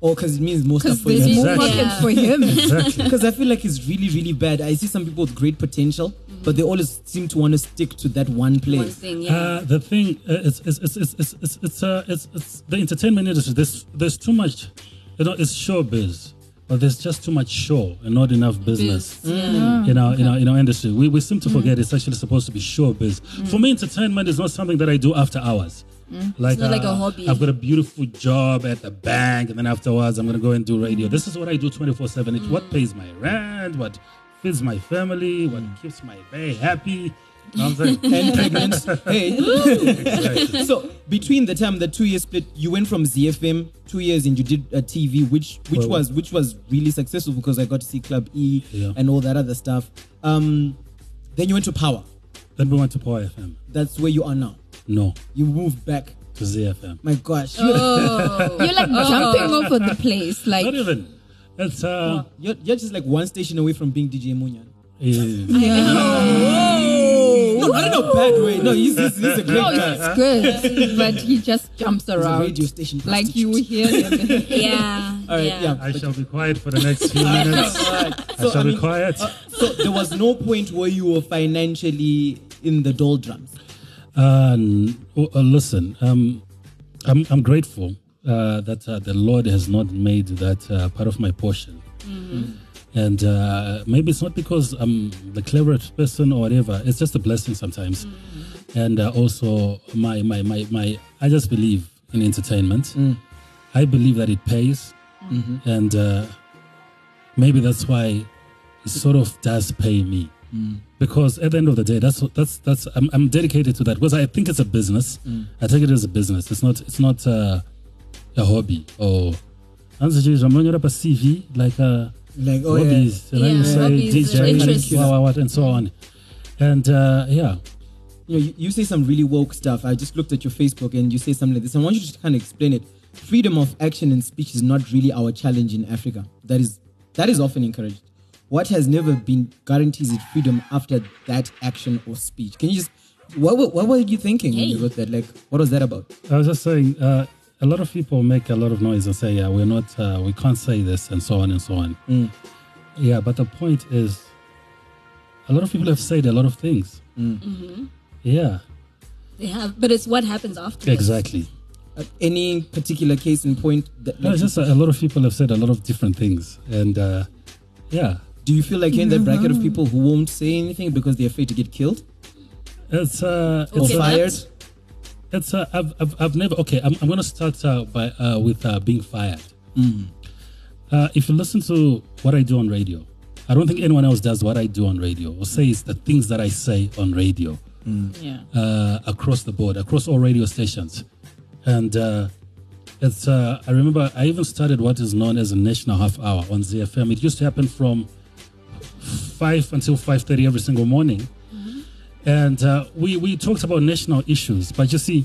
Speaker 3: Or because it means most
Speaker 6: Because
Speaker 3: of
Speaker 6: there's
Speaker 3: them.
Speaker 6: more
Speaker 4: Exactly.
Speaker 6: market for him.
Speaker 4: Exactly.
Speaker 3: Because I feel like it's really, really bad. I see some people with great potential, but they always seem to want to stick to that one
Speaker 7: One
Speaker 3: place.
Speaker 7: thing, yeah.
Speaker 4: Uh, the thing uh, it's it's it's it's it's it's, it's, uh, it's it's the entertainment industry. There's there's too much, you know. It's showbiz, but there's just too much show and not enough business.
Speaker 7: Biz, Mm. yeah. Mm.
Speaker 4: in our in our in our industry. We, we seem to forget it's actually supposed to be showbiz. For me, entertainment is not something that I do after hours. Like,
Speaker 7: Mm.
Speaker 4: uh,
Speaker 7: It's not like a hobby.
Speaker 4: I've got a beautiful job at the bank, and then afterwards I'm gonna go and do
Speaker 7: Mm.
Speaker 4: radio. This is what I do 24 seven. It's what pays my rent, what feeds my family, what
Speaker 7: Mm.
Speaker 4: keeps my day happy. You know what I'm saying?
Speaker 3: And pregnant. hey. so between the time the two year split, you went from ZFM two years and you did a TV, which which
Speaker 4: Well-
Speaker 3: was which was really successful because I got to see Club E
Speaker 4: Yeah.
Speaker 3: and all that other stuff. Um, then you went to Power.
Speaker 4: then we went to Power FM.
Speaker 3: That's where you are now.
Speaker 4: No,
Speaker 3: You moved back.
Speaker 4: to ZFM.
Speaker 3: My gosh,
Speaker 6: You're like jumping over the place. Like,
Speaker 4: Not even. It's uh,
Speaker 3: you're, you're just like one station away from being DJ Munyan.
Speaker 4: eh,
Speaker 3: No, not in a bad way. No, he's, he's, he's a great
Speaker 6: oh,
Speaker 3: guy.
Speaker 6: he's good, but he just jumps
Speaker 3: He's a
Speaker 6: around.
Speaker 3: radio station.
Speaker 6: Like you hear him.
Speaker 7: yeah.
Speaker 3: All right, yeah.
Speaker 4: I
Speaker 3: but-
Speaker 4: shall be quiet for the next few minutes.
Speaker 3: all right.
Speaker 4: I
Speaker 3: So,
Speaker 4: shall
Speaker 3: I
Speaker 4: be
Speaker 3: mean, uh,
Speaker 4: quiet.
Speaker 3: so there was no point where you were financially in the doldrums.
Speaker 4: Uh, n- oh, uh, listen, um, I'm, I'm grateful uh, that uh, the Lord has not made that uh, part of my portion. And uh, maybe it's not because I'm the cleverest person or whatever. It's just a blessing sometimes. And uh, also, my, my, my, my, I just believe in entertainment. I believe that it pays. And uh, maybe that's why it sort of does pay me because at the end of the day that's that's that's I'm, I'm dedicated to that because I think it's a business I take it as a business it's not it's not uh, a hobby or I'm bringing up a CV like uh,
Speaker 3: Like, oh, yeah.
Speaker 4: hobbies and then you
Speaker 7: Yeah,
Speaker 4: say
Speaker 7: hobbies, interests.
Speaker 4: DJ and, wow, wow, and so on and uh, yeah
Speaker 3: You, know, you, you say some really woke stuff. I just looked at your Facebook and you say something like this. I want you to just kind of explain it. Freedom of action and speech is not really our challenge in Africa. That is that is often encouraged. What has never been guarantees is freedom after that action or speech. Can you just what were, what were you thinking when you wrote that? Like, what was that about?
Speaker 4: I was just saying, uh, a lot of people make a lot of noise and say, "Yeah, we're not, uh, we can't say this," and so on and so on. Yeah, but the point is, a lot of people have said a lot of things. Yeah,
Speaker 7: They have, but it's what happens after.
Speaker 4: exactly.
Speaker 3: Uh, any particular case in point? That,
Speaker 4: No,
Speaker 3: like,
Speaker 4: it's just a, a lot of people have said a lot of different things, and uh, yeah,
Speaker 3: do you feel like you're in
Speaker 7: Mm-hmm.
Speaker 3: that bracket of people who won't say anything because they're afraid to get killed
Speaker 4: it's uh,
Speaker 3: or
Speaker 4: it's,
Speaker 7: Okay.
Speaker 4: uh,
Speaker 3: fired?
Speaker 4: it's uh, I've, I've, I've never okay. I'm, I'm gonna start uh, by uh, with uh, being fired. Uh, if you listen to what I do on radio, I don't think anyone else does what I do on radio or says the things that I say on radio
Speaker 6: Yeah.
Speaker 4: uh, across the board, across all radio stations. And uh, it's, uh, I remember I even started what is known as a national half hour on ZFM. It used to happen from five until five thirty every single morning, and uh, we we talked about national issues. But you see,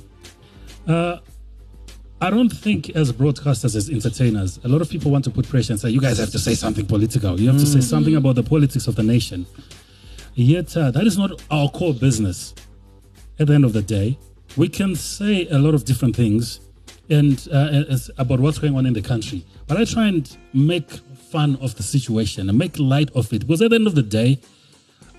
Speaker 4: uh, I don't think as broadcasters as entertainers, a lot of people want to put pressure and say you guys have to say something political. You have to say something about the politics of the nation. Yet uh, that is not our core business. At the end of the day, we can say a lot of different things and uh, and it's about what's going on in the country. But I try and make fun of the situation and make light of it because at the end of the day,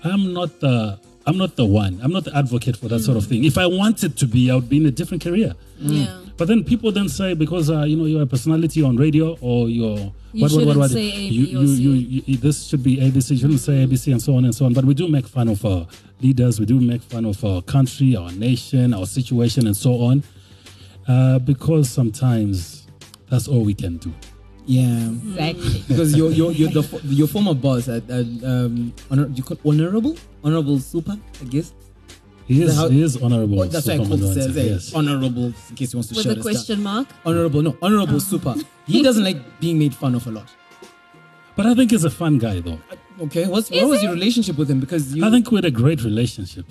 Speaker 4: I'm not the I'm not the one. I'm not the advocate for that sort of thing. If I wanted to be, I would be in a different career.
Speaker 7: Mm. Yeah.
Speaker 4: But then people then say because uh, you know you're a personality on radio or you're
Speaker 7: You shouldn't say A,
Speaker 4: you,
Speaker 7: B,
Speaker 4: you,
Speaker 7: or C.
Speaker 4: you, you- this should be ABC. You shouldn't say ABC and so on and so on. But we do make fun of our leaders. We do make fun of our country, our nation, our situation, and so on, uh, because sometimes that's all we can do.
Speaker 3: Yeah,
Speaker 6: Exactly.
Speaker 3: because your your your, the, fo- your former boss at, at um honor, do you call honorable honorable super I guess.
Speaker 4: He is,
Speaker 3: How-
Speaker 4: he is honorable.
Speaker 3: Oh, that's why I
Speaker 4: Superman
Speaker 3: called it
Speaker 4: Johnson,
Speaker 3: says, eh,
Speaker 4: yes.
Speaker 3: honorable in case you wants to shout
Speaker 7: With a
Speaker 3: us down.
Speaker 7: question mark. Ah.
Speaker 3: Honorable, no, honorable super. He doesn't like being made fun of a lot.
Speaker 4: But I think he's a fun guy, though.
Speaker 3: Okay, what's what was your relationship with him? Because you
Speaker 4: I think we had a great relationship.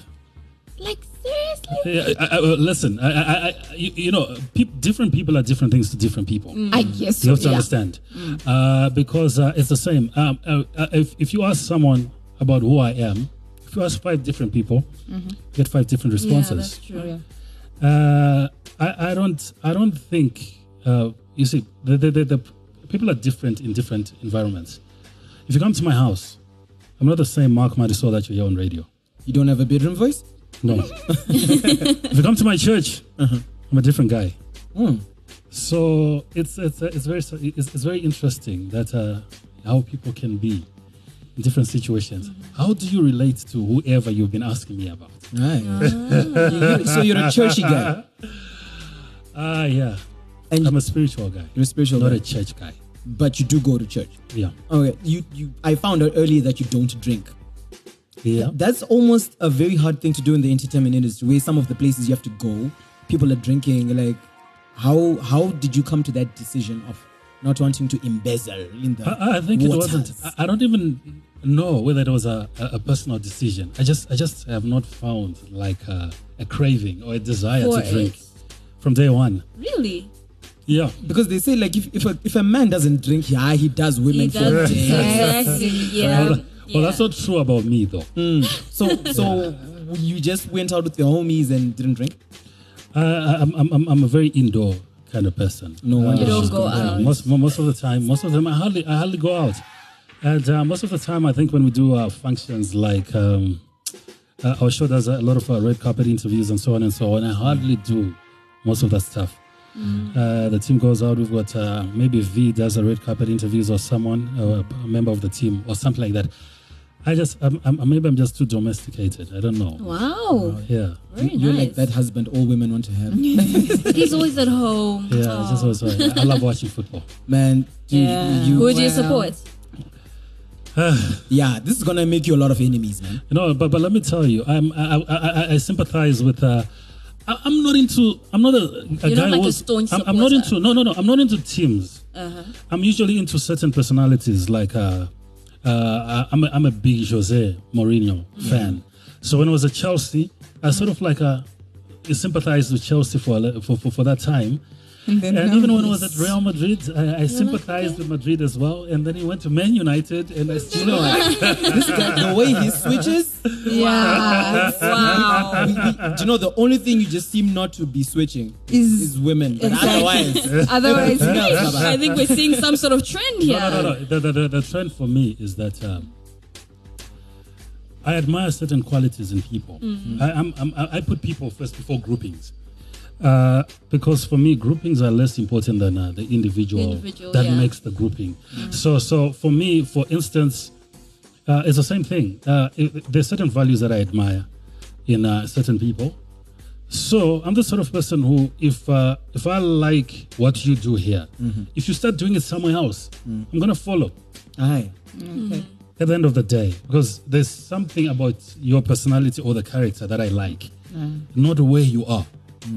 Speaker 5: Like seriously?
Speaker 4: Yeah, I, I, uh, listen, I, I, I- I, you, you know, peop different people are different things to different people.
Speaker 7: Mm.
Speaker 6: I guess
Speaker 4: You
Speaker 6: so.
Speaker 4: have to understand, uh, because uh, it's the same. Um, uh, uh, if, if you ask someone about who I am, if you ask five different people, you get five different
Speaker 7: Mm-hmm. Yeah, that's
Speaker 4: responses.
Speaker 7: true.
Speaker 4: uh, I, I don't, I don't think. Uh, you see, the, the, the, the people are different in different environments. If you come to my house, I'm not the same Mark Marisol that you hear on radio.
Speaker 3: you don't have a bedroom voice.
Speaker 4: No. if you come to my church, I'm a different guy. So it's it's it's very it's, it's very interesting that uh, how people can be in different situations. How do you relate to whoever you've been asking me about?
Speaker 7: Ah.
Speaker 3: Right. You- so you're a churchy guy.
Speaker 4: Ah, yeah.
Speaker 3: And-
Speaker 4: I'm a spiritual guy,
Speaker 3: You're a spiritual
Speaker 4: not
Speaker 3: guy,
Speaker 4: a church guy.
Speaker 3: but you do go to church.
Speaker 4: Yeah,
Speaker 3: Okay, you, you I found out earlier that you don't drink.
Speaker 4: yeah.
Speaker 3: That's almost a very hard thing to do in the entertainment industry where some of the places you have to go, people are drinking. Like how how did you come to that decision of not wanting to embezzle in the
Speaker 4: I, I think
Speaker 3: waters?
Speaker 4: it wasn't. I, I don't even know whether it was a, a, a personal decision. I just I just have not found like a, a craving or a desire
Speaker 7: For
Speaker 4: to drink
Speaker 7: it.
Speaker 4: from day one.
Speaker 7: Really?
Speaker 4: Yeah.
Speaker 3: because they say like if if a, if a man doesn't drink, yeah, he does women
Speaker 7: He
Speaker 3: for
Speaker 7: does.
Speaker 3: days.
Speaker 7: Exactly. Yeah.
Speaker 4: Well, well, that's not true about me though.
Speaker 3: So so you just went out with your homies and didn't drink?
Speaker 4: I, I'm, I'm, I'm- I'm a very indoor kind of person. Uh,
Speaker 3: No wonder
Speaker 7: You don't
Speaker 3: she's
Speaker 7: go
Speaker 3: got that.
Speaker 7: out.
Speaker 4: Most mo- most of the time, most of them I hardly I hardly go out, and uh, most of the time I think when we do our functions like um, uh, our show does a lot of uh, red carpet interviews and so on and so on. I hardly do most of that stuff.
Speaker 7: Mm.
Speaker 4: Uh, the team goes out. We've got uh, maybe V does a red carpet interviews or someone uh, a member of the team or something like that. I just I'm, I'm, maybe I'm just too domesticated. I don't know.
Speaker 7: Oh. Wow.
Speaker 4: Yeah.
Speaker 7: Very
Speaker 3: You're
Speaker 7: nice.
Speaker 3: like that husband all women want to have.
Speaker 7: He's always at home.
Speaker 4: Yeah, it's
Speaker 7: Oh.
Speaker 4: just also, I love watching football.
Speaker 3: Man, dude,
Speaker 6: Yeah.
Speaker 3: you,
Speaker 7: Who do you
Speaker 6: Wow.
Speaker 7: support?
Speaker 3: yeah, this is gonna make you a lot of enemies, man.
Speaker 4: You know, but but let me tell you, I'm I I, I, I sympathize with. Uh, I, I'm not into. I'm not a, a
Speaker 7: You're not
Speaker 4: guy
Speaker 7: like a
Speaker 4: who's-
Speaker 7: staunch
Speaker 4: I'm, I'm not
Speaker 7: supporter.
Speaker 4: into. No, no, no. I'm not into teams. I'm usually into certain personalities. Like, uh, uh, I'm a, I'm a big Jose Mourinho fan. So when I was at Chelsea, I sort of like uh sympathized with Chelsea for, a li- for for for that time.
Speaker 6: And then
Speaker 4: And
Speaker 6: now
Speaker 4: even when I was
Speaker 6: he's-
Speaker 4: at Real Madrid, I, I sympathized with Madrid as well. And then he went to Man United, and I still
Speaker 3: This guy, the way he switches,
Speaker 6: Yeah.
Speaker 3: we-
Speaker 7: Wow.
Speaker 3: we- do you know the only thing you just seem not to be switching
Speaker 6: Is-
Speaker 3: is women. But otherwise,
Speaker 6: Otherwise,
Speaker 7: I think we're seeing some sort of trend here.
Speaker 4: No, no, no. no. The, the, the, the trend for me is that um, I admire certain qualities in people. I, I'm, I'm, I I put people first before groupings. Uh, because for me, groupings are less important than uh, the individual,
Speaker 7: Individual,
Speaker 4: that
Speaker 7: yeah. Mm.
Speaker 4: makes the grouping. So, so for me, for instance, uh, it's the same thing. Uh, it, there's certain values that I admire in uh, certain people. So I'm the sort of person who, if uh, if I like what you do here,
Speaker 7: Mm-hmm.
Speaker 4: if you start doing it somewhere else,
Speaker 7: Mm.
Speaker 4: I'm gonna follow.
Speaker 3: aye.
Speaker 4: At the end of the day, because there's something about your personality or the character that I like,
Speaker 7: Mm.
Speaker 4: not where you are. Mm.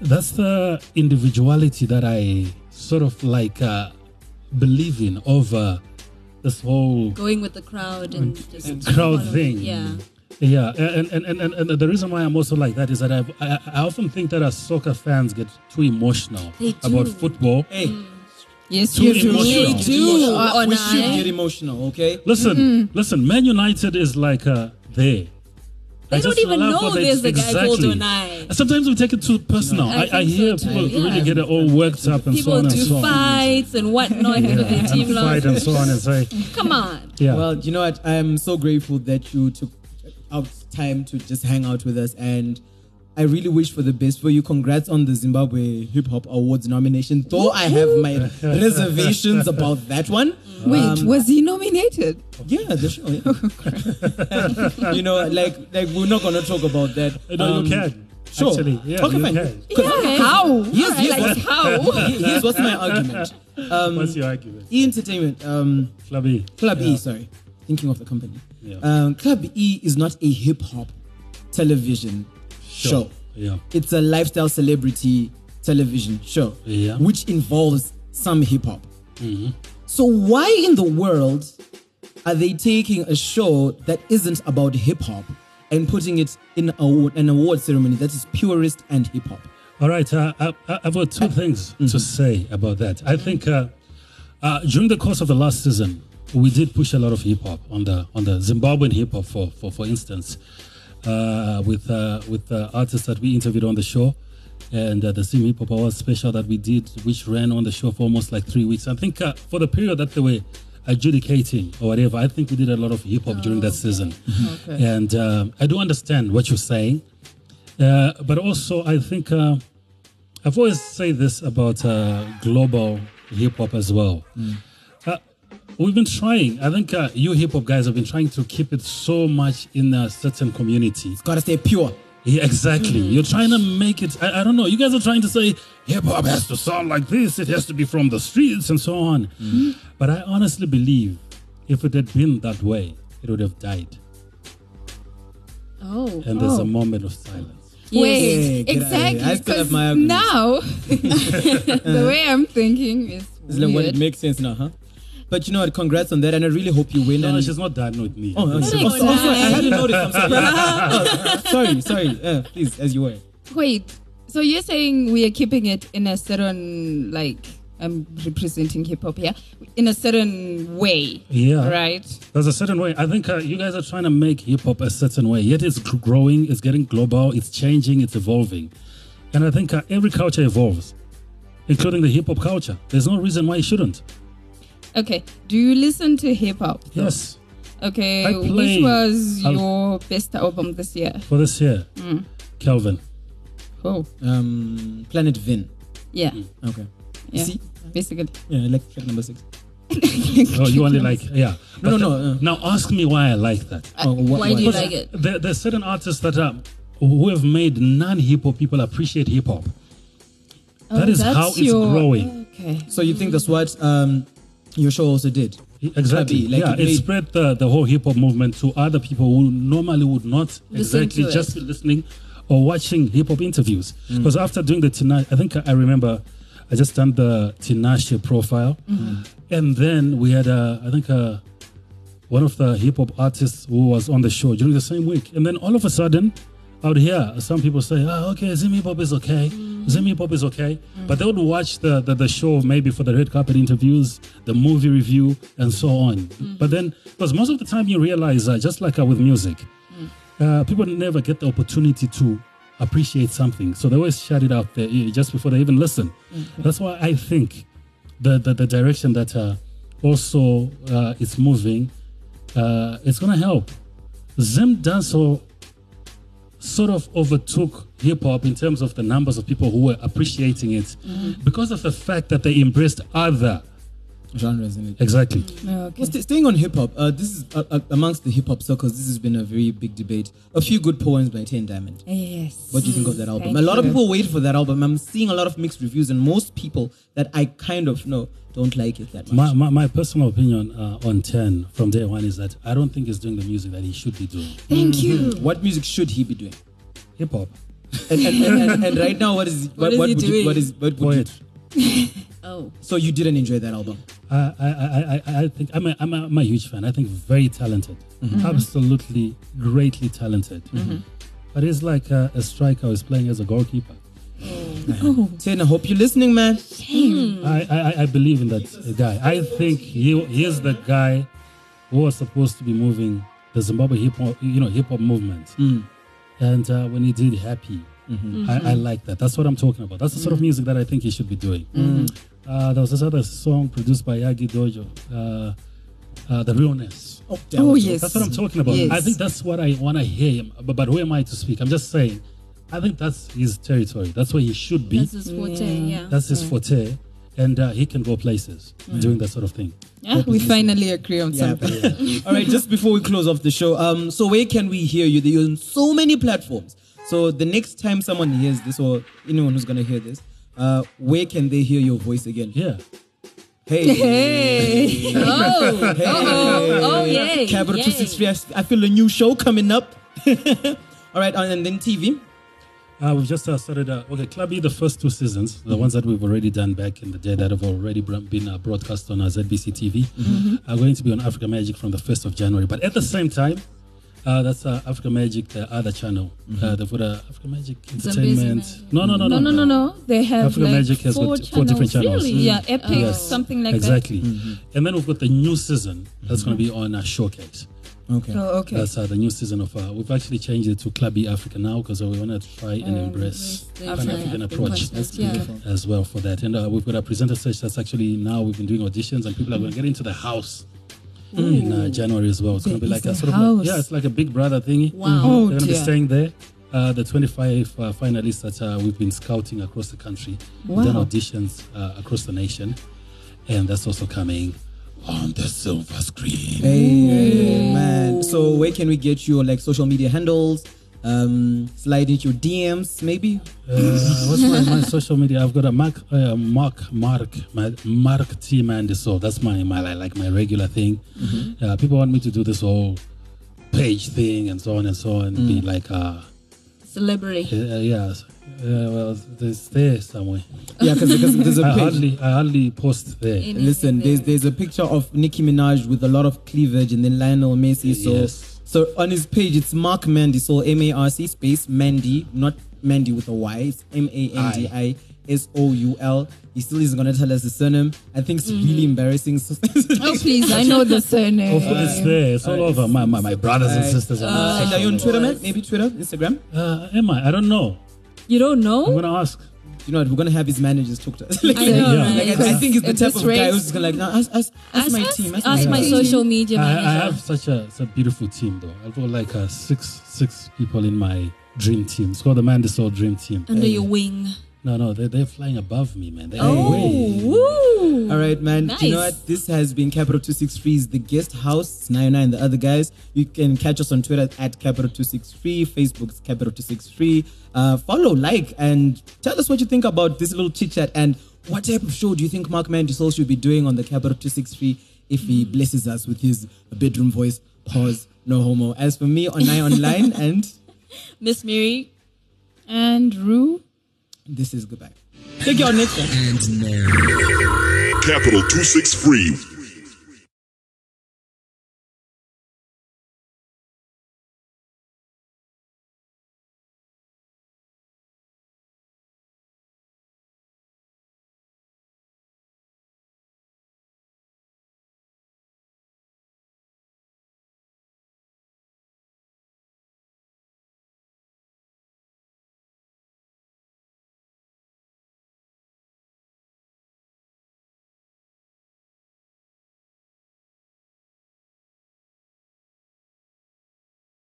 Speaker 4: That's the individuality that I sort of like uh, believe in over this whole
Speaker 7: Going with the crowd and just
Speaker 4: crowd
Speaker 7: following-
Speaker 4: thing.
Speaker 7: Yeah.
Speaker 4: Yeah, and and, and, and and the reason why I'm also like that is that I've, I I often think that our soccer fans get too emotional
Speaker 7: They
Speaker 4: about
Speaker 7: do.
Speaker 4: football.
Speaker 3: Hey,
Speaker 6: Yes,
Speaker 3: too
Speaker 6: Mm. you
Speaker 3: emotional.
Speaker 6: do. uh,
Speaker 3: Get
Speaker 7: do,
Speaker 3: emotional.
Speaker 7: or
Speaker 3: we
Speaker 7: not.
Speaker 3: should get emotional, okay?
Speaker 4: Listen,
Speaker 7: Mm-hmm.
Speaker 4: listen, Man United is like uh, there.
Speaker 7: They don't even know there's a guy called
Speaker 4: Onai.
Speaker 7: Onai.
Speaker 4: Sometimes we take it too personal.
Speaker 7: I
Speaker 4: I, I,
Speaker 7: think so
Speaker 4: hear
Speaker 7: too,
Speaker 4: people
Speaker 7: yeah.
Speaker 4: really get it all worked up and so
Speaker 7: People
Speaker 4: on and
Speaker 7: do
Speaker 4: so on.
Speaker 7: fights and whatnot
Speaker 4: Yeah,
Speaker 7: for their
Speaker 4: and
Speaker 7: team
Speaker 4: fight and
Speaker 7: losses.
Speaker 4: so on and so
Speaker 7: Come on.
Speaker 4: yeah.
Speaker 3: Well, you know what? I'm so grateful that you took out time to just hang out with us and I really wish for the best for you. Congrats on the Zimbabwe Hip Hop Awards nomination. Though I have my reservations about that one.
Speaker 6: Mm.
Speaker 3: um,
Speaker 6: Wait, was he nominated?
Speaker 3: Yeah, the show. Yeah. you know, like like we're not gonna talk about that.
Speaker 4: no,
Speaker 3: Um,
Speaker 4: you can.
Speaker 3: Sure.
Speaker 4: Actually, yeah,
Speaker 3: okay,
Speaker 4: you
Speaker 3: fine.
Speaker 4: can.
Speaker 3: 'Cause
Speaker 6: How?
Speaker 3: Yes, yes,
Speaker 6: Like,
Speaker 3: yes.
Speaker 6: how?
Speaker 3: he- Here's what's my argument.
Speaker 4: What's your argument?
Speaker 3: E Entertainment, um,
Speaker 4: Flabby.
Speaker 3: Club E, sorry, thinking of the company.
Speaker 4: Yeah.
Speaker 3: Um, Club E is not a hip hop television show.
Speaker 4: Yeah.
Speaker 3: It's a lifestyle celebrity television show,
Speaker 4: Yeah.
Speaker 3: which involves some hip hop. So why in the world are they taking a show that isn't about hip hop and putting it in award, an award ceremony that is purist and hip hop?
Speaker 4: All right, uh, I, I- I've got two things to say about that. I think uh, uh, during the course of the last season, we did push a lot of hip hop on the on the Zimbabwean hip hop, for for for instance, uh, with uh, with uh, artists that we interviewed on the show, and uh, the Sim Hip Hop Awards special that we did, which ran on the show for almost like three weeks. I think uh, for the period that they were adjudicating or whatever, I think we did a lot of hip hop during that season, and um, I do understand what you're saying. Uh, but also, I think uh, I've always said this about uh, global hip hop as well. Uh, we've been trying. I think uh, you hip hop guys have been trying to keep it so much in a certain community.
Speaker 3: Gotta stay pure.
Speaker 4: Yeah, exactly. You're trying to make it. I, I don't know. You guys are trying to say hip hop has to sound like this. It has to be from the streets and so on. But I honestly believe if it had been that way, it would have died.
Speaker 7: Oh.
Speaker 4: And there's a moment of silence.
Speaker 3: Hey,
Speaker 6: Wait,
Speaker 3: get outta here.
Speaker 6: exactly.
Speaker 3: I still have
Speaker 6: 'cause
Speaker 3: my arguments.
Speaker 6: now, the way I'm thinking is
Speaker 3: It's like, well,
Speaker 6: weird.
Speaker 3: it makes sense now, huh? But you know what? Congrats on that, and I really hope you win.
Speaker 4: No,
Speaker 3: and
Speaker 4: she's not done with me.
Speaker 3: oh,
Speaker 4: It's
Speaker 3: also,
Speaker 7: Very
Speaker 3: also, also, I
Speaker 7: nice.
Speaker 3: hadn't noticed. I'm sorry. Oh, sorry, sorry. Uh, please, as you were.
Speaker 6: Wait, so you're saying we are keeping it in a certain, like, I'm representing hip hop here, in a certain way.
Speaker 4: Yeah.
Speaker 6: Right?
Speaker 4: There's a certain way. I think uh, you guys are trying to make hip hop a certain way. Yet it's gr- growing, it's getting global, it's changing, it's evolving. And I think uh, every culture evolves, including the hip hop culture. There's no reason why it shouldn't.
Speaker 6: Okay. Do you listen to hip hop?
Speaker 4: Yes.
Speaker 6: Okay.
Speaker 4: I play-
Speaker 6: Which was
Speaker 4: I'll-
Speaker 6: your best album this year?
Speaker 4: For this year,
Speaker 3: Mm.
Speaker 4: Kelvin.
Speaker 6: Oh,
Speaker 3: Um, Planet Vin.
Speaker 6: yeah.
Speaker 4: Mm.
Speaker 3: Okay.
Speaker 6: Yeah.
Speaker 3: See?
Speaker 6: Basically.
Speaker 3: Yeah, I like track number six.
Speaker 4: Oh, you only like, yeah.
Speaker 3: No, no,
Speaker 4: But, uh,
Speaker 3: no, uh.
Speaker 4: now ask me why I like that.
Speaker 3: Oh, wha-
Speaker 7: Why do you
Speaker 3: what?
Speaker 7: like it?
Speaker 4: There, there's certain artists that are, who have made non hip hop people appreciate hip hop.
Speaker 3: Oh,
Speaker 4: that is
Speaker 6: Oh, that's
Speaker 4: how it's
Speaker 6: your-
Speaker 4: growing.
Speaker 6: Okay.
Speaker 3: So you think that's what um, your show also did?
Speaker 4: Exactly.
Speaker 3: Clubby, like
Speaker 4: yeah,
Speaker 3: it
Speaker 4: it,
Speaker 3: made-
Speaker 4: spread the, the whole hip hop movement to other people who normally would not
Speaker 7: Listen
Speaker 4: exactly
Speaker 7: to it.
Speaker 4: just be listening or watching hip hop interviews.
Speaker 3: Mm.
Speaker 4: Because after doing the Tinashe, I think I remember I just done the Tinashe profile,
Speaker 3: Mm-hmm.
Speaker 4: and then we had uh, I think uh, one of the hip hop artists who was on the show during the same week, and then all of a sudden. Out here, some people say, "Ah, okay, Zim Hip Hop is okay. Zim Hip Hop is okay." But they would watch the, the the show maybe for the red carpet interviews, the movie review, and so on. But then, because most of the time you realize, uh, just like uh, with music, uh, people never get the opportunity to appreciate something. So they always shut it out there eh, just before they even listen. That's why I think the, the, the direction that uh, also uh, is moving, uh, it's going to help. Zim Dancehall sort of overtook hip hop in terms of the numbers of people who were appreciating it because of the fact that they embraced other.
Speaker 3: Genres in it.
Speaker 4: Exactly.
Speaker 6: Oh, Okay.
Speaker 3: Well, st- staying on hip hop, uh, this is uh, uh, amongst the hip hop circles. This has been a very big debate. A few good poems by Ten Diamond.
Speaker 6: Yes.
Speaker 3: What do Mm, you think of that album?
Speaker 6: Thank
Speaker 3: a lot of
Speaker 6: you.
Speaker 3: people waited for that album. I'm seeing a lot of mixed reviews, and most people that I kind of know don't like it that much.
Speaker 4: My, my, my personal opinion uh, on 10 from day one is that I don't think he's doing the music that he should be doing.
Speaker 6: Thank
Speaker 4: Mm-hmm.
Speaker 6: you.
Speaker 3: what music should he be doing?
Speaker 4: Hip hop.
Speaker 3: And, and, and, and, and right now, what is what,
Speaker 7: is
Speaker 3: what
Speaker 7: he
Speaker 3: would you,
Speaker 7: doing?
Speaker 3: what is what would you,
Speaker 4: Poet.
Speaker 7: Oh.
Speaker 3: So you didn't enjoy that album?
Speaker 4: I, I, I, I, I think I'm a, I'm, a, I'm a huge fan. I think very talented,
Speaker 3: Mm-hmm.
Speaker 4: absolutely greatly talented. But it's like a, a striker who's playing as a goalkeeper.
Speaker 3: Ten, I hope you're listening, man.
Speaker 4: I, I, I- I believe in that guy. I think he, he is the guy who was supposed to be moving the Zimbabwe hip hop, you know, hip hop movement. And uh, when he did Happy, I, I like that. That's what I'm talking about. That's the sort of music that I think he should be doing. Uh, there was this other song produced by Yagi Dojo, uh, uh, The Realness.
Speaker 3: Oh,
Speaker 6: Oh,
Speaker 3: yes.
Speaker 6: yes.
Speaker 4: That's what I'm talking about.
Speaker 6: Yes.
Speaker 4: I think that's what I want to hear. him- But, but who am I to speak? I'm just saying, I think that's his territory. That's where he should be.
Speaker 7: That's his forte, yeah.
Speaker 4: That's his
Speaker 6: Mm.
Speaker 4: forte, and uh, he can go places doing that sort of thing.
Speaker 6: Yeah, we finally agree on
Speaker 3: Yeah,
Speaker 6: something.
Speaker 3: All right, just before we close off the show, um, so where can we hear you? You're on so many platforms. So the next time someone hears this, or anyone who's gonna hear this, uh, where can they hear your voice again?
Speaker 4: Yeah,
Speaker 3: Hey,
Speaker 6: Hey,
Speaker 7: Oh, oh, yay.
Speaker 3: Capital
Speaker 7: yay.
Speaker 3: Two Six Three. I s- I feel a new show coming up. All right, and and then TV.
Speaker 4: uh, we've just uh, started. Uh, okay, Clubby, the first two seasons,
Speaker 6: Mm.
Speaker 4: the ones that we've already done back in the day that have already br- been uh, broadcast on uh, ZBC TV,
Speaker 6: Mm-hmm.
Speaker 4: are going to be on Africa Magic from the first of January. But at the same time. Uh, that's uh, Africa Magic, the other channel. Uh, they've got uh, Africa Magic Entertainment.
Speaker 7: Magic.
Speaker 4: No, no, no, no,
Speaker 6: Mm-hmm. no, no, no, no. They have
Speaker 4: Africa
Speaker 6: like
Speaker 4: Magic has got
Speaker 6: four,
Speaker 4: t- four different channels. Mm-hmm.
Speaker 6: Really? Yeah, Epic,
Speaker 4: Yes.
Speaker 6: something like Mm-hmm.
Speaker 4: exactly. And then we've got the new season that's going to be on uh, Showcase.
Speaker 3: Okay.
Speaker 6: that. Oh, okay.
Speaker 4: That's uh, the new season of. Uh, we've actually changed it to Clubby Africa now because we want to try
Speaker 6: Oh,
Speaker 4: and embrace
Speaker 7: the
Speaker 4: Pan African
Speaker 7: African
Speaker 4: approach
Speaker 7: concept, yeah. That's
Speaker 4: as well for that. And uh, we've got a presenter search that's actually now we've been doing auditions and people are going to get into the house in uh, January as well. It's going to be
Speaker 6: There
Speaker 4: like a
Speaker 6: is a
Speaker 4: sort of like,
Speaker 6: house.
Speaker 4: yeah, it's like a Big Brother thingy. Mm-hmm.
Speaker 7: Wow.
Speaker 6: Oh,
Speaker 4: They're going to be
Speaker 6: dear.
Speaker 4: staying there. Uh, the 25 uh, finalists that uh, we've been scouting across the country, We've done
Speaker 6: Wow.
Speaker 4: auditions uh, across the nation, and that's also coming on the silver screen.
Speaker 3: Hey, man. So where can we get your like social media handles? Um, slide into your DMs, maybe.
Speaker 4: Uh, what's my, my social media? I've got a Mark, uh, Mark, Mark, my, Mark T Mandiso. That's my, my li- like my regular thing. Uh, people want me to do this whole page thing and so on and so on. Be like, uh,
Speaker 7: Celebrity.
Speaker 4: uh, yeah, s- uh, well, it's there somewhere.
Speaker 3: Yeah, because there's a
Speaker 4: I
Speaker 3: page.
Speaker 4: hardly, I hardly post there.
Speaker 3: Listen, there's there's a picture of Nicki Minaj with a lot of cleavage and then Lionel Messi. So
Speaker 4: Yes.
Speaker 3: so on his page it's Mark Mandy, so M A R C space Mandy, not Mandy with a Y. It's M A N D I S O U L. He still isn't gonna tell us the surname. I think it's really embarrassing. So
Speaker 6: Oh, please, I know the surname.
Speaker 4: Hopefully Oh, it's there. It's all over. My, my, my brothers and sisters. are
Speaker 3: Uh,
Speaker 4: on
Speaker 3: are you on
Speaker 4: social
Speaker 3: Twitter, man? Maybe Twitter, Instagram.
Speaker 4: media. Uh, am I? I don't know.
Speaker 7: You don't
Speaker 4: I'm
Speaker 7: know?
Speaker 4: gonna ask.
Speaker 3: You know what? We're gonna have his managers talk to us. like,
Speaker 7: I know,
Speaker 4: Yeah.
Speaker 7: right?
Speaker 3: like, I, I think he's the
Speaker 6: At
Speaker 3: type of
Speaker 6: this
Speaker 3: guy
Speaker 6: rate.
Speaker 3: who's gonna like, no, ask, ask, ask, my team, ask,
Speaker 7: Ask
Speaker 3: my
Speaker 7: my
Speaker 3: guys.
Speaker 7: social media
Speaker 4: I, I
Speaker 7: manager.
Speaker 4: have such a, such a beautiful team though. I've got like uh, six six people in my dream team. It's called the Mandasol Dream Team.
Speaker 7: Under your wing.
Speaker 4: No, no, they they're flying above me, man. They're way.
Speaker 7: Oh, woo.
Speaker 3: All right, man. Do you know
Speaker 7: Nice.
Speaker 3: what? This has been Capital 263's The Guest House, 99 and the other guys. You can catch us on Twitter at Capital 263, Facebook's Capital 263. Uh, follow, like, and tell us what you think about this little chit chat and what type of show do you think Mark Mandisol should be doing on the Capital 263 if he blesses us with his bedroom voice? Pause, no homo. As for me, on Nine Online, and
Speaker 7: Miss Mary.
Speaker 6: And Rue.
Speaker 3: this is goodbye. Take your next one.
Speaker 2: Capital 263.